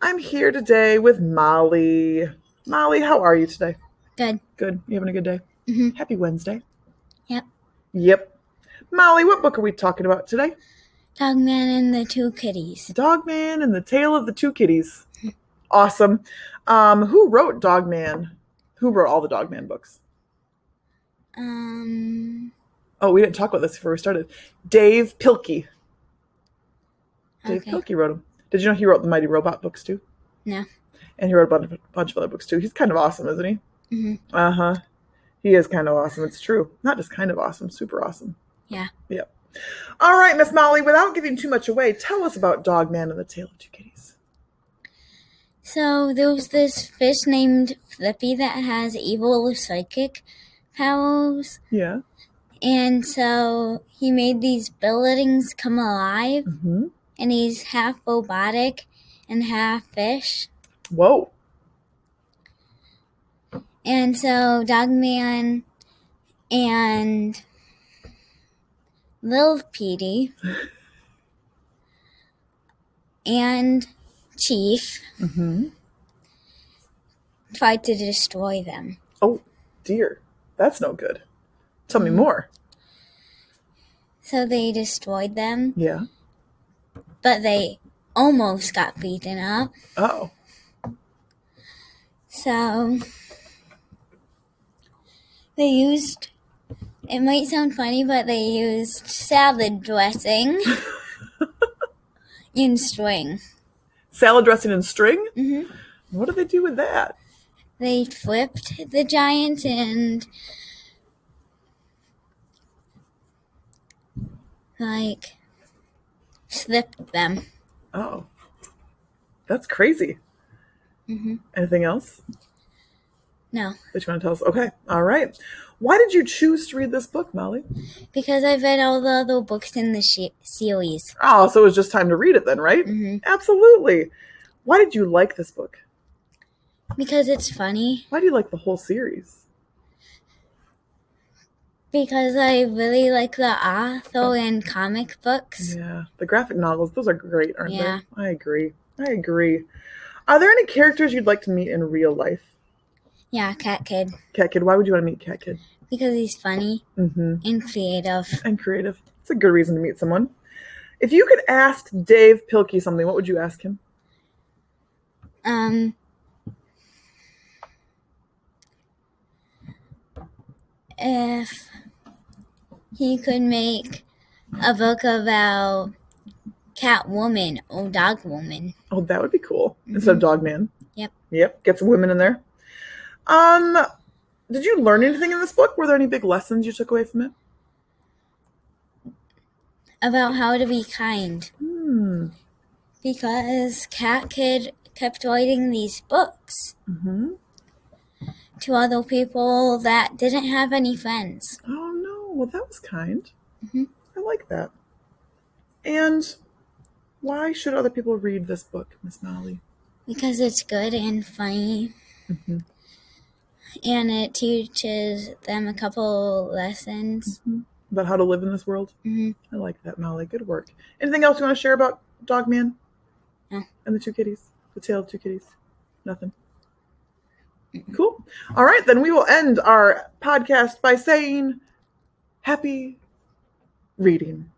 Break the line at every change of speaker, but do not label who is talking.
I'm here today with Molly. Molly, how are you today?
Good.
Good. You having a good day?
Mhm.
Happy Wednesday.
Yep.
Yep. Molly, what book are we talking about today?
Dogman and the two kitties.
Dogman and the Tale of the Two Kitties. Awesome. Um, who wrote Dogman? Who wrote all the Dogman books?
Um,
Oh, we didn't talk about this before we started. Dave Pilkey. Dave
okay.
Pilkey wrote them. Did you know he wrote the Mighty Robot books too?
No.
And he wrote a bunch of, bunch of other books too. He's kind of awesome, isn't he?
hmm
Uh huh. He is kind of awesome. It's true. Not just kind of awesome, super awesome.
Yeah.
Yep. All right, Miss Molly, without giving too much away, tell us about Dogman and the Tale of Two Kitties.
So there was this fish named Flippy that has evil psychic powers,
Yeah.
and so he made these buildings come alive,
hmm
and he's half robotic and half fish.
Whoa.
And so Dogman and Lil Petey and Chief
hmm
tried to destroy them.
Oh, dear. That's no good. Tell me more.
So they destroyed them,
Yeah.
but they almost got beaten up.
Oh.
So they used it might sound funny, but they used salad dressing in string.
Salad dressing and string?
hmm
What do they do with that?
They flipped the giant and like slipped them.
Oh. That's crazy. Mm-hmm.
hmm
Anything else
No,
that you want to tell us? Okay. All right. Why did you choose to read this book, Molly?
because I've read all the other books in the she- series.
Oh, so it was just time to read it then, right?
hmm
Absolutely. Why did you like this book?
Because it's funny.
Why do you like the whole series?
Because I really like the author and comic books.
Yeah, the graphic novels, those are great, aren't
Yeah.
they? I agree. I agree. Are there any characters you'd like to meet in real life?
Yeah, Cat Kid.
Cat Kid, why would you want to meet Cat Kid?
Because he's funny
Mm-hmm.
and creative.
And creative. It's a good reason to meet someone. If you could ask Dave Pilkey something, what would you ask him?
Um, if he could make a book about Catwoman or Dog Woman,
Oh, that would be cool. Instead of Dog Man.
Yep.
Yep. Get some women in there. Um, did you learn anything in this book? Were there any big lessons you took away from it?
about how to be kind,
Hmm.
because Cat Kid kept writing these books
Mm-hmm.
to other people that didn't have any friends.
Oh no! Well, that was kind.
Mhm.
I like that. And why should other people read this book, Miss Molly?
Because it's good and funny,
Mhm.
and it teaches them a couple lessons.
About how to live in this world.
Mhm.
I like that, Molly. Good work. Anything else you want to share about Dogman
No.
and the two kitties? The tale of two kitties. Nothing. Cool. All right, then we will end our podcast by saying happy reading.